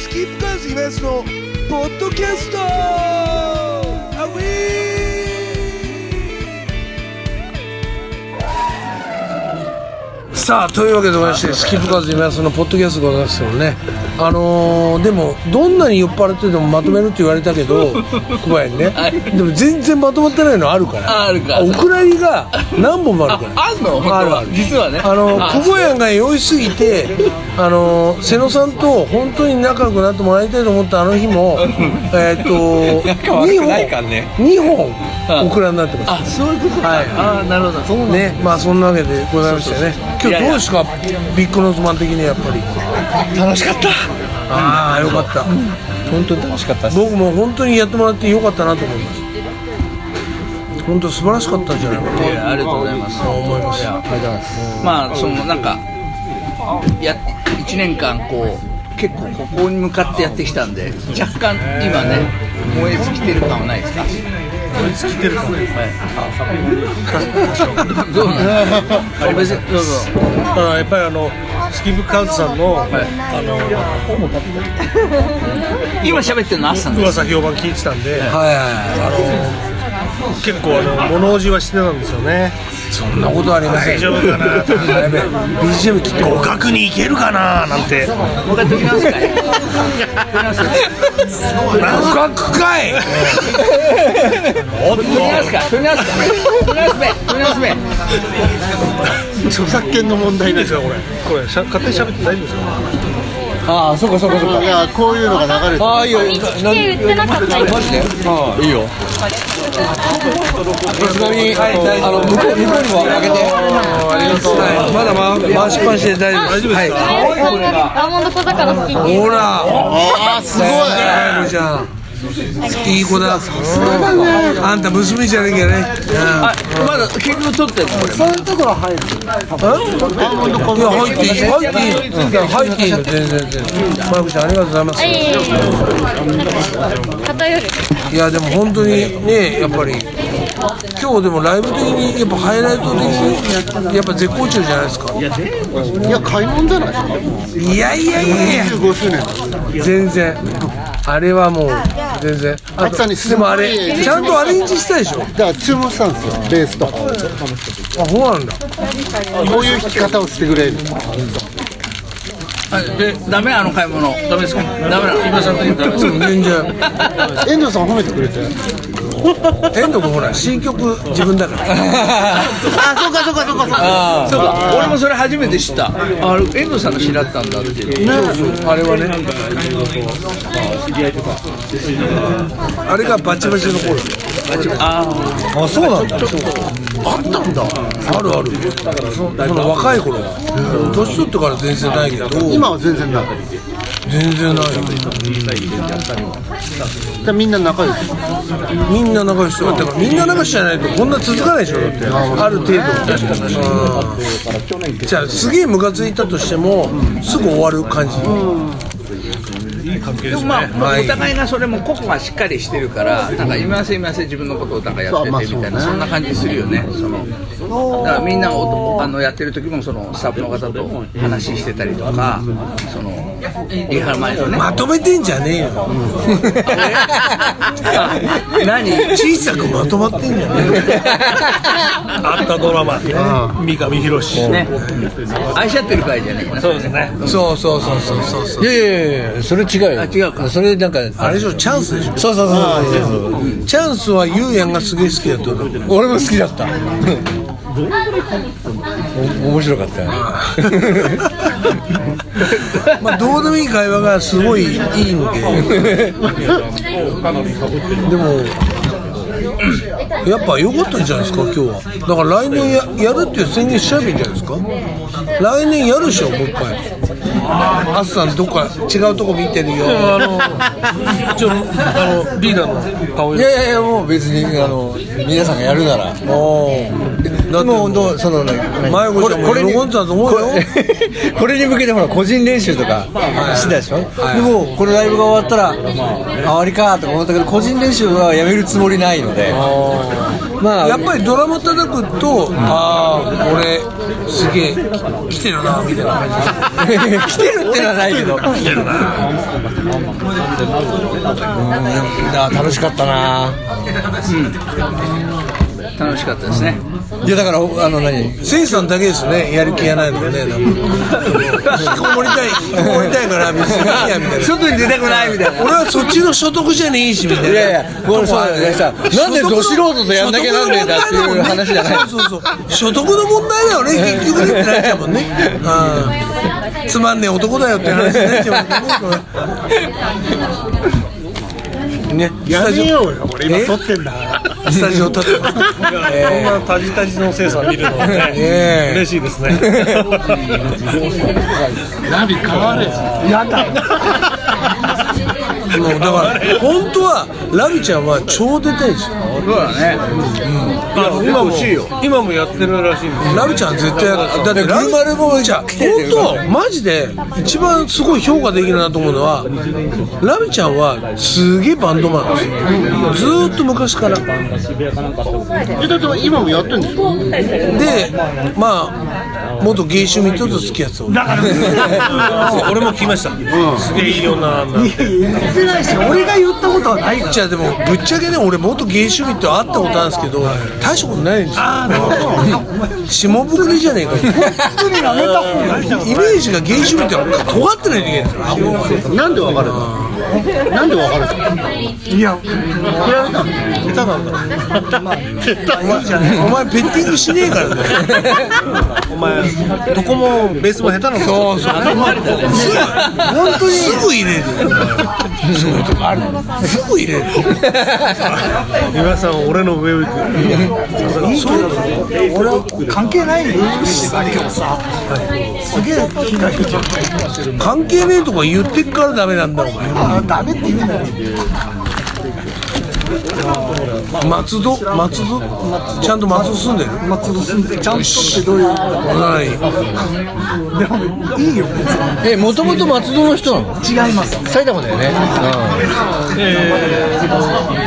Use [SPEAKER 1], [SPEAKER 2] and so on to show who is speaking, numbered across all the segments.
[SPEAKER 1] スキップカーズイベントのポッドキャストアウィーさあというわけでございましてスキップカーズイベントのポッドキャストでございますけどねあのーでもどんなに酔っ払っててもまとめるって言われたけど小林ね、
[SPEAKER 2] はい
[SPEAKER 1] でも全然まとまってないのあるから
[SPEAKER 2] ああるから
[SPEAKER 1] お蔵入りが何本もあ
[SPEAKER 2] あ
[SPEAKER 1] るから
[SPEAKER 2] あんの本当は
[SPEAKER 1] あるある
[SPEAKER 2] 実はね
[SPEAKER 1] あの
[SPEAKER 2] あ
[SPEAKER 1] 小林が酔いすぎてあの瀬野さんと本当に仲良くなってもらいたいと思ったあの日もえーっと
[SPEAKER 3] 仲悪くないかんね
[SPEAKER 1] 2本2本オクラになってます
[SPEAKER 2] あそういうことか、
[SPEAKER 1] はい
[SPEAKER 2] ああなるほどそうなんだ
[SPEAKER 1] ねまあそんなわけでございましてね
[SPEAKER 2] そうそうそう
[SPEAKER 1] 今日どうですかビッグノーズマン的にやっぱり
[SPEAKER 3] 楽しかった
[SPEAKER 1] ああよかった
[SPEAKER 3] 本当に楽しかったです
[SPEAKER 1] 僕も本当にやってもらってよかったなと思います本当素晴らしかったんじゃないかない
[SPEAKER 2] やありがとうございます
[SPEAKER 1] そう思います
[SPEAKER 2] いやまあそのなんかや1年間こう結構ここに向かってやってきたんで若干今ね燃え尽きてる感はないですかどうなんですかありませんどうぞ
[SPEAKER 4] だからやっぱりあのスキムカーズさんの、あの
[SPEAKER 2] 今喋ってるのあっさんです
[SPEAKER 4] 噂評判聞いてたんで、
[SPEAKER 1] はいはいはい
[SPEAKER 4] 結構あの物おじはしてたんですよね
[SPEAKER 1] そんなことありません
[SPEAKER 4] 大丈夫かな
[SPEAKER 1] やべえ BGM 切って
[SPEAKER 4] 互角にいけるかななんて
[SPEAKER 2] もう一回撮り直すかい
[SPEAKER 1] 互角かい
[SPEAKER 4] おっ
[SPEAKER 2] 撮
[SPEAKER 4] と
[SPEAKER 2] り直すか撮り直すか撮り直すべ撮り直すべ
[SPEAKER 4] 著作権の問題ですよこれこれしゃ勝手に喋って大丈夫ですか
[SPEAKER 3] ああそうかそうかそうか
[SPEAKER 5] いやこういうのが流れて
[SPEAKER 3] ああいいよ
[SPEAKER 6] 手売ってなかったよ
[SPEAKER 3] マジでああいいよちなみにあの向こう向こうにもあげて
[SPEAKER 1] ありがとうまだ回回しっぱなしで大丈夫です大丈夫です
[SPEAKER 6] あやさんがねアーモンド小魚好きっていう
[SPEAKER 1] ほら
[SPEAKER 5] ああすごい
[SPEAKER 1] 大丈夫じゃんいい子だあんた娘じゃなきゃね
[SPEAKER 2] あまだ結局撮ってるのこれ
[SPEAKER 1] うんいや入っていい入っていいいや入っていいの全然全然マイクちゃんありがとうございます
[SPEAKER 6] はい偏る
[SPEAKER 1] いやでも本当にねやっぱり今日でもライブ的にやっぱハイライト的にやっぱ絶好調じゃないですか
[SPEAKER 5] いや買い物じゃないですか
[SPEAKER 1] いやいやいやいや
[SPEAKER 5] 25周年
[SPEAKER 1] 全然あれはもう全然あ
[SPEAKER 5] 秋さんに
[SPEAKER 1] でもあれちゃんとアレンジしたでしょ
[SPEAKER 5] だから注文したんですよベースとか
[SPEAKER 1] あそうなんだ
[SPEAKER 5] こういう弾き方をしてくれる
[SPEAKER 2] あでダメあの買い物ダメですかダメなの今さんと言うとダメですか
[SPEAKER 1] 全然
[SPEAKER 5] 遠藤さん褒めてくれて
[SPEAKER 1] 遠藤君ほら新曲自分だから
[SPEAKER 5] あそうかそうかそうかそうか
[SPEAKER 2] そうか俺もそれ初めて知ったあれ遠藤さんが知らったんだっていう
[SPEAKER 1] あれはねあれがバチバチの頃ああそうなんだあったんだあるあるその若い頃は年取ってから全然ないけど
[SPEAKER 5] 今は全然ない
[SPEAKER 1] 全然ない
[SPEAKER 5] じゃあみんな仲良し
[SPEAKER 1] みんな仲良しだからみんな仲良しじゃないとこんな続かないでしょだってある程度うんじゃあすげえムカついたとしてもすぐ終わる感じ
[SPEAKER 2] でもまあ、お互いがそれも個々がしっかりしてるからなんか今せ今せ自分のことをなんかやっててみたいな、
[SPEAKER 5] そ
[SPEAKER 2] そ
[SPEAKER 5] うまあそうね
[SPEAKER 2] んな感じするよねそのだからみんなおあのやってる時もそのスタッフの方と話してたりとかそのリハ前のね
[SPEAKER 1] まとめてんじゃねえよ
[SPEAKER 2] あ 何
[SPEAKER 1] 小さくまとまってんじゃねえよ
[SPEAKER 4] あったドラマね三上博史
[SPEAKER 2] ね愛し合ってる会じゃないかなそうですね
[SPEAKER 1] そうそうそうそうそうそう
[SPEAKER 3] いやいやいやいやそれ違うよ
[SPEAKER 2] あ違うか
[SPEAKER 3] それなんか
[SPEAKER 1] あれでしょチャンスでしょ
[SPEAKER 3] そうそうそうそうそう
[SPEAKER 1] チャンスはゆうやんがすげえ好きだったの
[SPEAKER 3] 俺も好きだった お面白かったよね
[SPEAKER 1] まあどうでもいい会話がすごいいいのででもやっぱ良かったんじゃないですか今日はだから来年ややるっていう宣言しちゃえばいいんじゃないですか来年やるでしょもう一回あっさんどっか違うとこ見てるよ
[SPEAKER 4] あの一応あのリーダーの顔
[SPEAKER 3] いやいやいやもう別にあの皆さんがやるなら
[SPEAKER 1] おーだって
[SPEAKER 3] もうどうそのね
[SPEAKER 1] 前越さんも
[SPEAKER 3] これ
[SPEAKER 1] 喜んでたと思うよ
[SPEAKER 3] これ これに向けてほら個人練習とかしてたでしょ、でもこのライブが終わったらあ終わりかとか思ったけど個人練習はやめるつもりないのでまあ
[SPEAKER 1] やっぱりドラマ叩くと、ああ、俺、すげえ、き来てるな、みたいな感じ。
[SPEAKER 3] 来てるってのはないけど来てるな楽しかったな
[SPEAKER 2] 楽しかったですね
[SPEAKER 3] いやだからあの何
[SPEAKER 1] せいさんだけですね、やる気がないのね、なんか。引きこもりたい、引きこもりたいから、別にいいや、みたいな。
[SPEAKER 3] 外に出たくないみたい
[SPEAKER 1] 俺はそっちの所得じゃねえし、みたいな。
[SPEAKER 3] いやいやこれそうだよねさなんでど素人とやんなきゃなんねえんだっていう話じゃない
[SPEAKER 1] そうそうそう。所得の問題だよね、結局ねってなっちゃうもんね。うん。つまんねえ男だよって話になっちゃうもんねこれ。 ね、
[SPEAKER 5] やめようよ俺今撮ってんだ
[SPEAKER 1] スタジオ立ってます。
[SPEAKER 4] んなタジタジの生産見るのはね、
[SPEAKER 1] ええ
[SPEAKER 4] 嬉しいですね。
[SPEAKER 5] ナビ変われよやだ
[SPEAKER 1] もうだから本当はラビちゃんは超出たいですよ
[SPEAKER 2] そうだね
[SPEAKER 4] 今も今もやってるらしいんですよ。
[SPEAKER 1] ラビちゃん絶対やるだってラビ丸もじゃあ本当マジで一番すごい評価できるなと思うのはラビちゃんはすげえバンドマンなんですよずーっと昔からで
[SPEAKER 5] えだって今もやってんですよ
[SPEAKER 1] まあ元芸趣味とと付き合ってた俺
[SPEAKER 4] 俺も聞きました。すげえいいよな。
[SPEAKER 5] やってないし俺が言ったことはない
[SPEAKER 1] じゃあでもぶっちゃけね俺元芸趣味と会ったことあるんですけど大したことないんですよ 下ぶくれじゃねえかイメージが芸趣味って尖ってないといけないんですよ
[SPEAKER 5] なんでわかるのなんでわかるの
[SPEAKER 1] お前ペッティングしねえからね。
[SPEAKER 4] お前どこもベースも下手なの。
[SPEAKER 1] そうそう。本当にすぐ入れる。そういうとこある。すぐ入れる。
[SPEAKER 4] 皆さん俺の上を行く。
[SPEAKER 1] 関係ねえとか言ってっからダメなんだお前。ダメって言うなよ。松戸松戸ちゃんと松戸住んでる松戸住んでちゃんとってどういうない
[SPEAKER 3] えもともと松戸の人なの違います埼玉だよね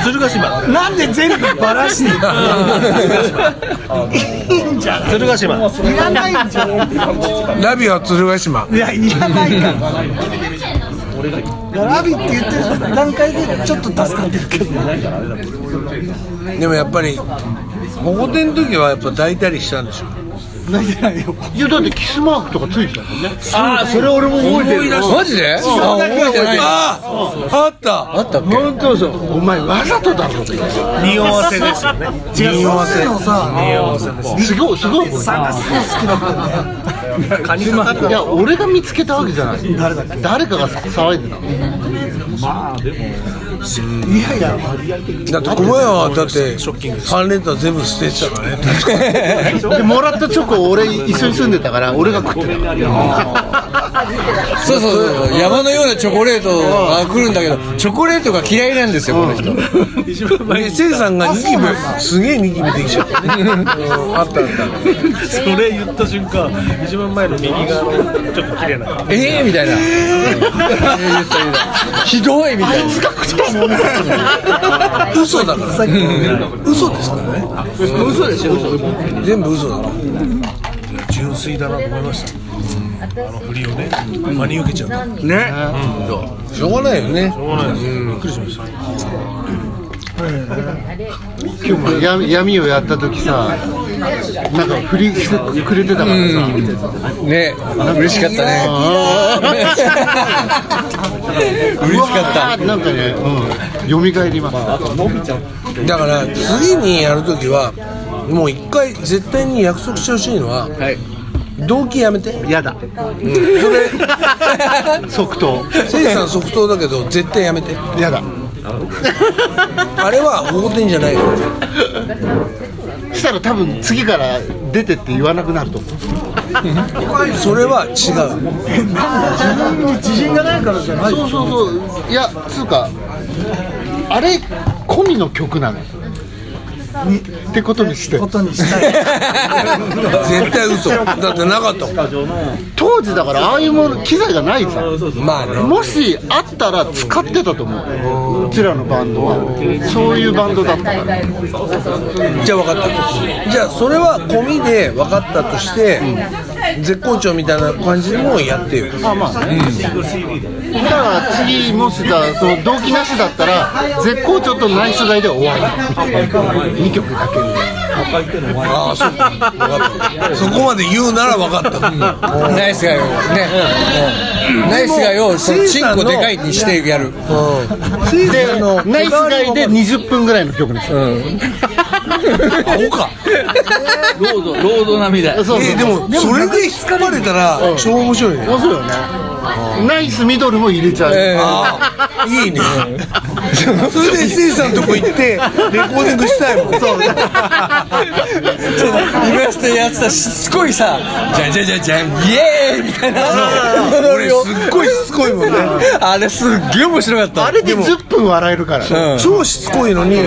[SPEAKER 4] 鶴ヶ島。
[SPEAKER 7] なんで全部バラしてい
[SPEAKER 4] 鶴ヶ島。
[SPEAKER 7] らないんじゃん
[SPEAKER 1] ラビは鶴ヶ島
[SPEAKER 7] いやいらないからい やラビって言ってる段階でちょっと助かってるけど
[SPEAKER 1] でもやっぱり保護店の時はやっぱ抱いたりしたんでしょ
[SPEAKER 7] 泣いてないよ
[SPEAKER 5] いやだってキスマークとかついてたもんね
[SPEAKER 4] ああそれ俺も覚えてる。
[SPEAKER 3] マジであ覚えてない
[SPEAKER 1] あああった
[SPEAKER 3] あったっけ
[SPEAKER 5] 本当そうお前わざとだろって
[SPEAKER 4] 匂わせですよね。
[SPEAKER 7] 違うそういうの
[SPEAKER 4] 匂
[SPEAKER 7] さ
[SPEAKER 4] わせです。
[SPEAKER 5] すごいすごい覚え
[SPEAKER 7] 探すの好きだったんだよ
[SPEAKER 4] カニかかって
[SPEAKER 5] るいや俺が見つけたわけじゃない誰かが騒いでたの
[SPEAKER 7] いやいや
[SPEAKER 1] だって小林はだって3連単全部捨ててたからね確 か
[SPEAKER 5] でもらったチョコを俺一緒に住んでたから俺が食ってた
[SPEAKER 3] そうそうそう山のようなチョコレートが来るんだけどチョコレートが嫌いなんですよこの人
[SPEAKER 1] にでせいさんがニキビすげえニキビできちゃったねあったあっ
[SPEAKER 4] それ言った瞬間一番前の右側のちょっと綺麗な顔
[SPEAKER 3] ええみたいなひどいみたいな
[SPEAKER 1] た嘘だから嘘ですからね
[SPEAKER 2] 嘘でしょ嘘
[SPEAKER 1] 全部嘘だから
[SPEAKER 4] 純粋だなと思いましたあの振りをね真に受けちゃった
[SPEAKER 2] ね
[SPEAKER 1] しょうがないよね
[SPEAKER 5] 今日もや闇をやった時さなんか振りしてくれてたからさ、
[SPEAKER 3] ね嬉しかったね嬉しかった
[SPEAKER 5] なんかね、うん、よみがえります
[SPEAKER 1] だから次にやるときはもう一回絶対に約束してほしいのは
[SPEAKER 2] はい
[SPEAKER 1] 動機やめて
[SPEAKER 5] やだ、 即答
[SPEAKER 1] せいさん即答だけど絶対やめて
[SPEAKER 5] やだ
[SPEAKER 1] あれは保護店じゃないよ
[SPEAKER 5] したら多分次から出てって言わなくなると思う
[SPEAKER 1] それは違
[SPEAKER 7] 自信がないからじゃない
[SPEAKER 5] そうそうそういやつうかあれ込みの曲なのよにってことにして
[SPEAKER 7] ことにしたい
[SPEAKER 1] 絶対嘘だってなかったもん
[SPEAKER 5] 当時だからああいうもの機材がないじゃん
[SPEAKER 1] まあね
[SPEAKER 5] もしあったら使ってたと思ううちらのバンドはそういうバンドだったから
[SPEAKER 1] じゃあ分かったじゃあそれは込みで分かったとして絶好調みたいな感じでもうやってよ
[SPEAKER 5] まあまあね、だから次もしだその動機なしだったら絶好調と内緒買いでは終わる2曲だけ
[SPEAKER 1] ああそうか分かったそこまで言うなら分かった、
[SPEAKER 3] ナイスガイをね、うんナイスガイをそのチンコでかいにしてやる
[SPEAKER 1] スイさんの
[SPEAKER 5] ナイスガイで20分ぐらいの曲ですよ、
[SPEAKER 1] アホか
[SPEAKER 2] ロードロード並みだよ
[SPEAKER 5] そうそう
[SPEAKER 1] えーでもそれで引き込まれたら超面白いね
[SPEAKER 5] 面白いよねナイスミドルも入れちゃう、
[SPEAKER 1] ああいいね それでスイさんのとこ行ってレコーディングしたいもんそう
[SPEAKER 3] そうだイラストやってたしつこいさじゃんじゃんじゃんじゃんイエーイみたいな 踊
[SPEAKER 1] 俺
[SPEAKER 3] りを
[SPEAKER 1] すっごいしつこいもんね
[SPEAKER 3] あれすっげえ面白かった
[SPEAKER 5] あれで10分笑えるから
[SPEAKER 1] 超しつこいのに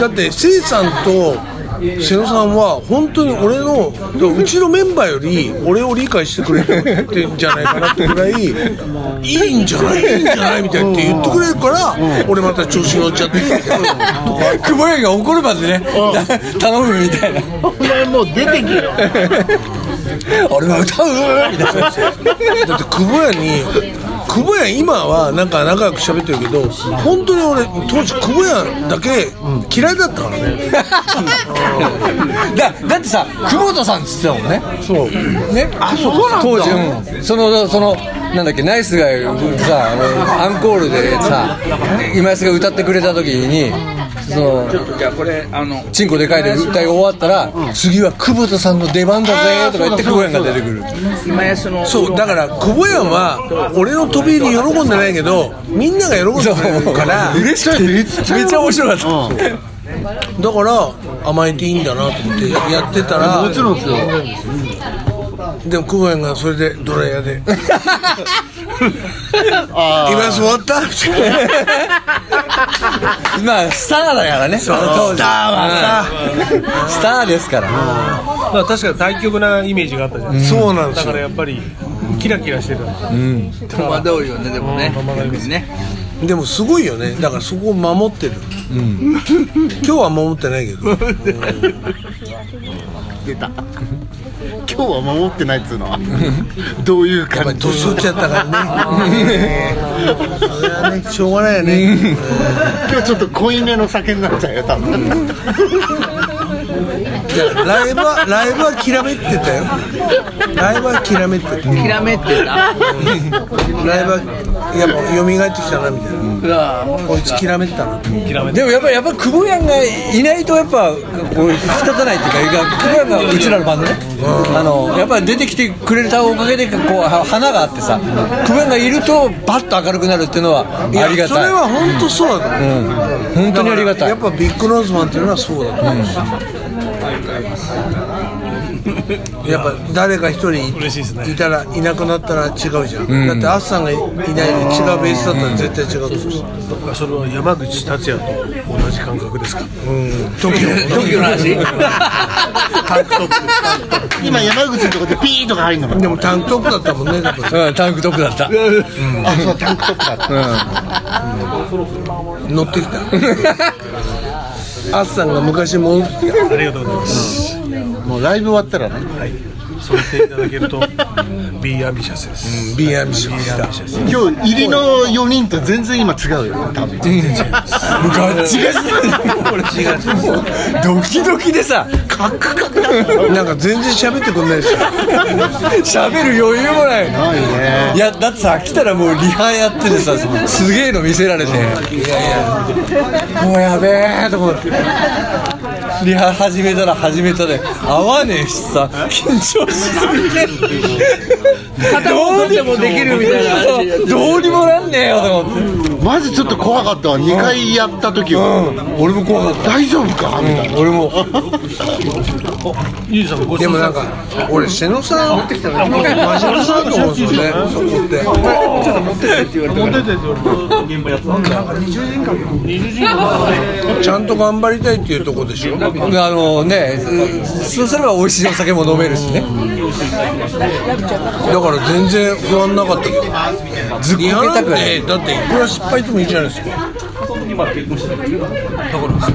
[SPEAKER 1] だってせいさんと瀬野さんは本当に俺のうちのメンバーより俺を理解してくれてんじゃないかなってぐらいいいんじゃないいいんじゃないみたいなって言ってくれるから俺また調子乗っちゃって
[SPEAKER 3] 久保屋が怒るまでね頼むみたいな
[SPEAKER 5] お前もう出てけよ
[SPEAKER 3] 俺は歌うみたいな
[SPEAKER 1] だって久保屋に久保屋今はなんか仲良く喋ってるけど本当に俺当時久保屋だけ嫌いだったからね
[SPEAKER 3] だだってさ久保田さんっつってたもんね
[SPEAKER 1] そう
[SPEAKER 3] ねあそうなんだ当時、うんそのそのなんだっけナイスがさあのアンコールでさ今安が歌ってくれた時にその
[SPEAKER 2] じゃあこれあの
[SPEAKER 3] チンコでかいで歌い終わったら、次は久保田さんの出番だぜとか言って久保屋が出てくる
[SPEAKER 2] 今やその
[SPEAKER 1] そうだから久保屋は俺の飛び入り喜んでないけどみんなが喜んでくれるから
[SPEAKER 3] 嬉しくてめっちゃ面白かった、
[SPEAKER 1] だから甘えていいんだなと思ってややってたら
[SPEAKER 5] もちろんですよ
[SPEAKER 1] でも久保屋がそれでドライヤー で「今や終わった?」みたいな
[SPEAKER 3] まあスターだからねスターはさスターですから
[SPEAKER 4] まあ確かに対極なイメージがあったじゃないですか、
[SPEAKER 1] そうなんで
[SPEAKER 4] だ
[SPEAKER 1] す
[SPEAKER 4] から
[SPEAKER 1] よ
[SPEAKER 4] やっぱりキラキラしてた
[SPEAKER 2] 戸惑うよねでもね逆にね
[SPEAKER 1] でもすごいよねだからそこを守ってる、今日は守ってないけど
[SPEAKER 5] 出た今日は守ってないっつうのはどういう
[SPEAKER 1] やっぱ
[SPEAKER 5] 感
[SPEAKER 1] り
[SPEAKER 5] じ
[SPEAKER 1] 年取っちゃったから ね。それはね、しょうがないよね。
[SPEAKER 5] 今日ちょっと濃いめの酒になっちゃうよ多分
[SPEAKER 1] じゃあライブは、ライブはきらめってたよ。ライブはきらめってた。ライ
[SPEAKER 2] きらめってた
[SPEAKER 1] ブは、やっぱ、蘇ってきたなみたいな。
[SPEAKER 2] うわ
[SPEAKER 1] こいつきらめってたな。
[SPEAKER 3] でもやっぱやっぱ久保屋がいないとやっぱこう引き立たないっていうか久保屋がうちらのバンドねあのやっぱり出てきてくれたおかげでこうは花があってさ久保屋がいるとバッと明るくなるっていうのはあ
[SPEAKER 1] いや
[SPEAKER 3] りが
[SPEAKER 1] それ
[SPEAKER 3] たい
[SPEAKER 1] は本当そうだと思う。
[SPEAKER 3] 本当にありがたい
[SPEAKER 1] やっぱビッグノーズマンっていうのはそうだと思うし。やっぱ誰か一人
[SPEAKER 4] 嬉しいですね
[SPEAKER 1] いたらいなくなったら違うじゃん、だってアッさんがいないで違うベースだったら絶対違うと思うし
[SPEAKER 4] 僕はそれは山口達也と同じ感覚ですか
[SPEAKER 2] TOKIO の話
[SPEAKER 5] 今山口のとこでピーとか入んのかな
[SPEAKER 1] でもタンクトップだったもんねだから
[SPEAKER 3] うん、タンクトップだった
[SPEAKER 5] あそうタンクトップだった
[SPEAKER 1] 乗ってきたアッさんが昔戻ってき
[SPEAKER 4] ありがとうございます
[SPEAKER 5] もうライブ終わったらね
[SPEAKER 4] そう言っていただけると B アンビシャスです、
[SPEAKER 1] た B アンビシ
[SPEAKER 4] B
[SPEAKER 1] ャス
[SPEAKER 4] アン
[SPEAKER 1] だ
[SPEAKER 4] ビシャス
[SPEAKER 5] 今日入りの4人と全然今違うよ多分
[SPEAKER 3] ガッチガチドキドキでさ
[SPEAKER 1] なんか全然喋ってくんないですよ
[SPEAKER 3] 喋る余裕もない
[SPEAKER 5] ないね
[SPEAKER 3] いやだってさ来たらもうリハやっててさすげえの見せられていやいやもうやべえと思ってリハ始めたら始めたで合わねえしさ緊張しすぎて
[SPEAKER 2] 片方でもできるみたいな話
[SPEAKER 3] どうにもなんねえよと思って
[SPEAKER 5] マジちょっと怖かったわ2回やった時は、俺も怖かった大丈夫かみたいな、俺も
[SPEAKER 4] ゆうじさんご
[SPEAKER 1] でもなんか俺瀬野さん持ってきたら真野さんと思うんですよねそこって
[SPEAKER 4] 持っててって言われて
[SPEAKER 1] ちゃんと頑張りたいっていうとこでしょ
[SPEAKER 3] あのねそうすれば美味しいお酒も飲めるしね
[SPEAKER 1] だから全然不安なかったけど
[SPEAKER 3] ずっこけ
[SPEAKER 1] リハな
[SPEAKER 3] た
[SPEAKER 1] ん
[SPEAKER 3] くない
[SPEAKER 1] てだっていくら失敗してもいいじゃないですか
[SPEAKER 4] 同期嫉妬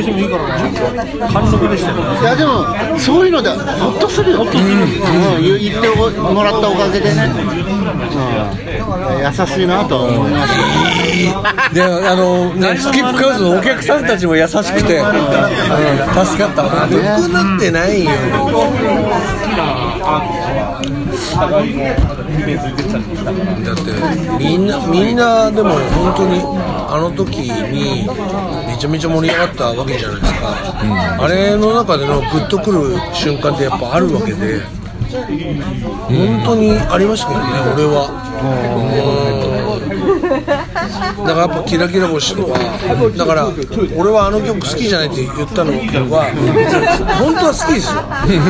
[SPEAKER 4] してもいいから貫禄でしたよ
[SPEAKER 5] いやでもそういうのでホッとするよホッとする、うんうん言ってもらったおかげでね、うん、優しいなとは思います
[SPEAKER 3] であの、ね、スキップカウスのお客さんたちも優しくて、うん、助かった本当に
[SPEAKER 1] 良くなってないよだってみんなみんなでも本当にあの時にめちゃめちゃ盛り上がったわけじゃないですか、あれの中でのグッとくる瞬間ってやっぱあるわけで本当にありましたけどね俺はうんだからやっぱキラキラ星とかだから俺はあの曲好きじゃないって言ったのは本当は好きですよ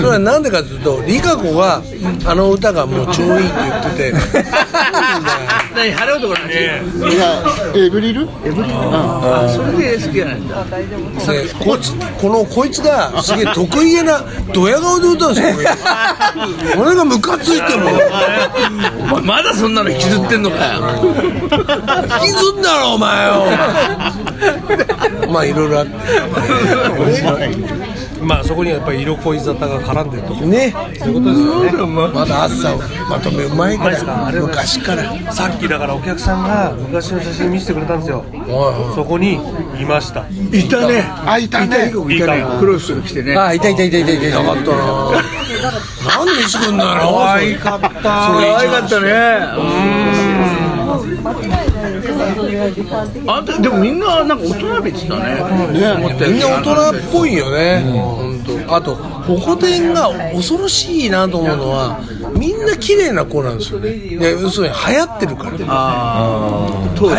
[SPEAKER 1] それはなんでかっていうとリカ子があの歌がもう超いいって言ってて
[SPEAKER 2] 何晴れ男なんで
[SPEAKER 5] いやエブリルエブリル
[SPEAKER 2] あそれで好きじゃないんだ
[SPEAKER 1] でここのこいつがすげえ得意げなドヤ顔で歌うんですよ俺俺がムカついても
[SPEAKER 2] お前まだそんなの引きずってんのかよ
[SPEAKER 1] 引きずんだろお前をまあいろいろあって
[SPEAKER 4] まあそこにはやっぱり色恋沙汰が絡んでると
[SPEAKER 1] ねまだ朝をまとめうまいから昔から
[SPEAKER 4] さっきだからお客さんが昔の写真見せてくれたんですよそこにいました
[SPEAKER 1] いたね
[SPEAKER 5] あいたね
[SPEAKER 4] いいかよ
[SPEAKER 2] クロス来てね
[SPEAKER 3] あいたいたいたいたいたいた
[SPEAKER 1] なかったななんで見せてくんだよ可愛かったそれ
[SPEAKER 2] 可愛かったねあんたでもみんななんか大人びてたね
[SPEAKER 1] みんな大人っぽいよね、本当あとホコ天が恐ろしいなと思うのはみんな綺麗な子なんですよねいや要するに流行ってるから流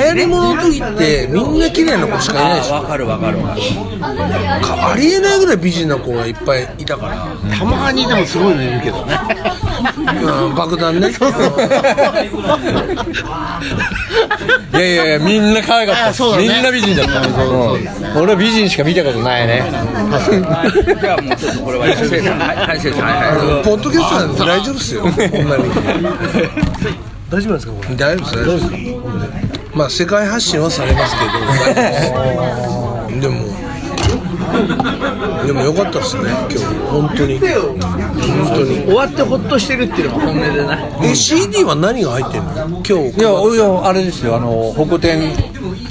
[SPEAKER 1] 行り物の時ってみんな綺麗な子しかいないでしょ
[SPEAKER 2] わかるわかる
[SPEAKER 1] かありえないぐらい美人な子がいっぱいいたから
[SPEAKER 5] たまにでもすごいのいるけどね
[SPEAKER 1] うん爆弾ね
[SPEAKER 3] いやいやいやみんな可愛かったです
[SPEAKER 5] そうだ
[SPEAKER 3] み
[SPEAKER 5] ね
[SPEAKER 3] んな美人だった、うん俺は美人しか見たことないね
[SPEAKER 2] じゃあもうちょっとこれはせいさんはいはいせいさんはいはい
[SPEAKER 1] ポッドキャストなんで大丈夫っすよこんなに
[SPEAKER 4] 大丈夫なんですかこれ
[SPEAKER 1] 大丈夫です大丈夫ですまあ世界発信はされますけど大丈夫ですでもでも良かったですね今日本当に本当に
[SPEAKER 2] 終わってホッとしてるっていうのが本音でな
[SPEAKER 1] え CD は何が入ってんの今日
[SPEAKER 3] いやいやあれですよあのホコ天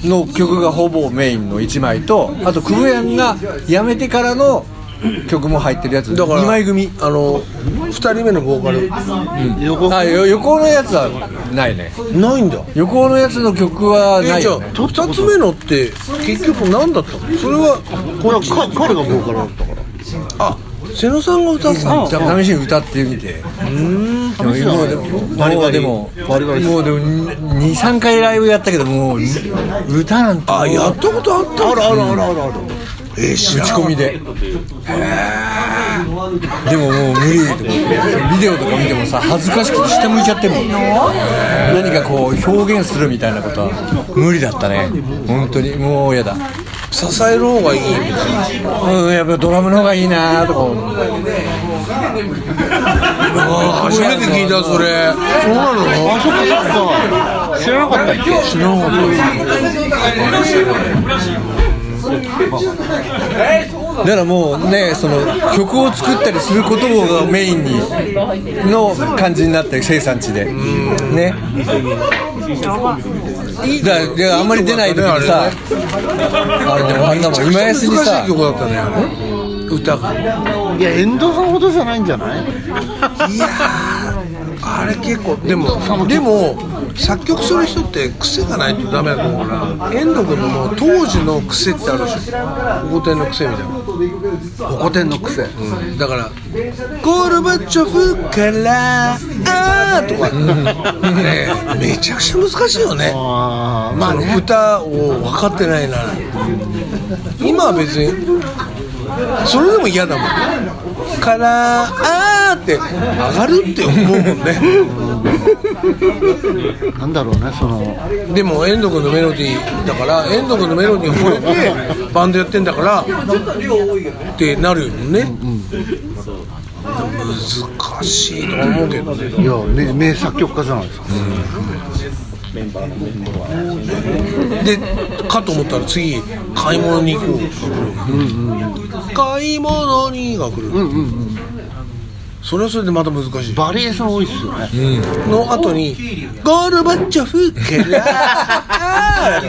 [SPEAKER 3] の曲がほぼメインの1枚とあと久保やんが辞めてからの曲も入ってるやつ
[SPEAKER 1] だから
[SPEAKER 3] 2枚組
[SPEAKER 1] あの2人目のボーカル
[SPEAKER 5] 横
[SPEAKER 3] あよ横のやつはないね
[SPEAKER 1] ないんだ
[SPEAKER 3] 横のやつの曲は
[SPEAKER 1] え
[SPEAKER 3] ない
[SPEAKER 1] じゃあ
[SPEAKER 3] よ、ね、
[SPEAKER 1] 2つ目のって結局何だったのそれは
[SPEAKER 5] これか彼がボーカルだったから
[SPEAKER 1] あ瀬野さんが歌ってたんだ
[SPEAKER 3] 試しに歌ってみて
[SPEAKER 5] 試しなのよバリ
[SPEAKER 3] も
[SPEAKER 5] バ
[SPEAKER 3] うで
[SPEAKER 5] リ
[SPEAKER 3] も
[SPEAKER 5] バリバリ
[SPEAKER 3] もうでも23回ライブやったけどもう歌なんて
[SPEAKER 1] あやったことあったあるあるあるあるあるえー、知
[SPEAKER 3] 打
[SPEAKER 1] ら
[SPEAKER 3] ち
[SPEAKER 1] ん
[SPEAKER 3] 込みでへえでももう無理とかビデオとか見てもさ恥ずかしくて下向いちゃってるもん何かこう表現するみたいなことは無理だったね本当にもうやだ
[SPEAKER 1] 支える方がいいみたいな
[SPEAKER 3] うんやっぱドラムの方がいいなとか思う
[SPEAKER 1] あー初めて聞いたそれそうなの
[SPEAKER 5] あそっかそっか知らなかったっけ
[SPEAKER 1] 知らなかっ
[SPEAKER 3] だからもうねその曲を作ったりすることがメインにの感じになって生産地でねだからいやあんまり出ない時にさあのあんなもん今安に
[SPEAKER 1] 難
[SPEAKER 3] さ
[SPEAKER 1] しい曲だったねあれ歌が
[SPEAKER 5] いや遠藤さんほどじゃないんじゃない
[SPEAKER 1] いやーあれ結構でもでも作曲する人って癖がないとダメだと思うから遠藤君のもう当時の癖ってあるでしょ五点の癖みたいなホコ天の癖、だからゴルバチョフからあーとか、ねえめちゃくちゃ難しいよね
[SPEAKER 5] あーま
[SPEAKER 1] まあ、歌を分かってないな今は別にそれでも嫌だもんからあーって上がるって思うもんね
[SPEAKER 5] あなんだろうねその
[SPEAKER 1] でも遠藤君のメロディーだから遠藤君のメロディーを超えてバンドやってんだからってなるよね、難しいと思うけどね
[SPEAKER 5] いや名名作曲家じゃないですか、
[SPEAKER 1] でかと思ったら次買い物に行こう、買い物にが来る、それはそれでまた難しい
[SPEAKER 5] バリエーション多いっすよね、
[SPEAKER 1] の後に「ゴルバチョフケラ」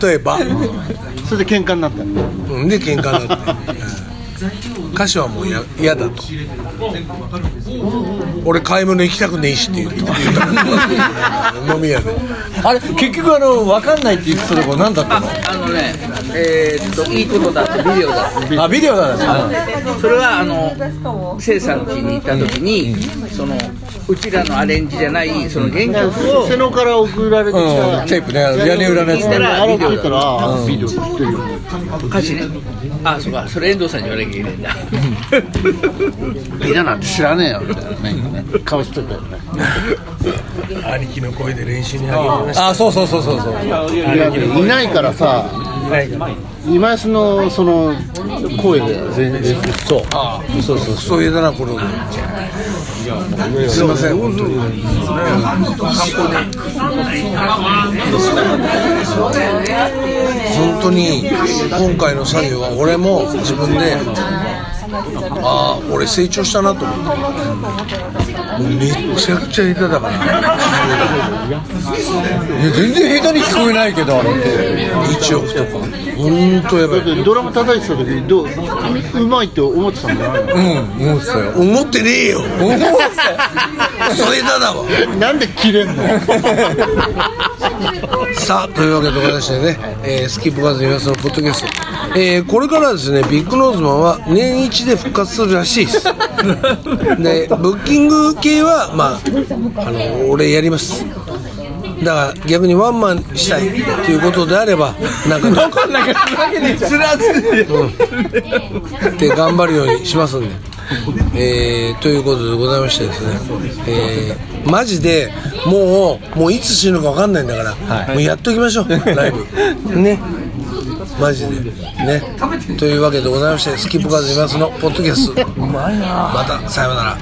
[SPEAKER 1] 例えば
[SPEAKER 5] それで喧嘩になったの
[SPEAKER 1] うんで喧嘩になってうん歌詞はもうや嫌だと俺買い物行きたくねえしって言った言った飲み屋で
[SPEAKER 3] あれ結局あの分かんないって言ってたとこ何だった
[SPEAKER 2] あのねえーっといいことだってビデオだ
[SPEAKER 3] のあビデオだね
[SPEAKER 2] それはあの生産地に行った時に、そのうちらのアレンジじゃないその原曲を
[SPEAKER 5] 背屋から送られてきた、
[SPEAKER 3] うんテープね屋根裏のやつ
[SPEAKER 5] ね
[SPEAKER 3] ね
[SPEAKER 5] あれ聞いたら、ビデオ作ってるよ
[SPEAKER 2] 歌詞ねあそうかそれ遠藤さんに言わなきゃいけないんだ
[SPEAKER 5] ビデオなんて知らねえよみたいなね今ね顔してたよね
[SPEAKER 1] 兄貴の声で練習に励みまし
[SPEAKER 3] あそうそうそうそうそう
[SPEAKER 5] いやいないからさ今井のその声で全然
[SPEAKER 1] そうそうそうそういうだなこのすいません本当に本当に今回の作業は俺も自分でああ俺成長したなと思ってめちゃくちゃ下手だから
[SPEAKER 3] いや全然下手に聞こえないけどあれって
[SPEAKER 1] 1億とか本当やばい
[SPEAKER 5] だってドラム叩いてた時どううまいって思ってたんだよ
[SPEAKER 3] うん思ってたよ
[SPEAKER 1] 思ってねえよ
[SPEAKER 3] 思ってたよ
[SPEAKER 1] それだだわ
[SPEAKER 5] なんで切れんの
[SPEAKER 1] さあというわけでございましてね、えースキップカーズの皆さんのポッドキャスト、えーこれからですねビッグノーズマンは年一で復活するらしいですでブッキング系はまああの俺やりますだから逆にワンマンしたいということであればなんかどっかって頑張るようにしますんで。えーということでございましてですね、えーマジでもうもういつ死ぬか分かんないんだから、もうやっときましょうライブ ねマジでねというわけでございましてスキップカーズいますのポッドキャストまたさようなら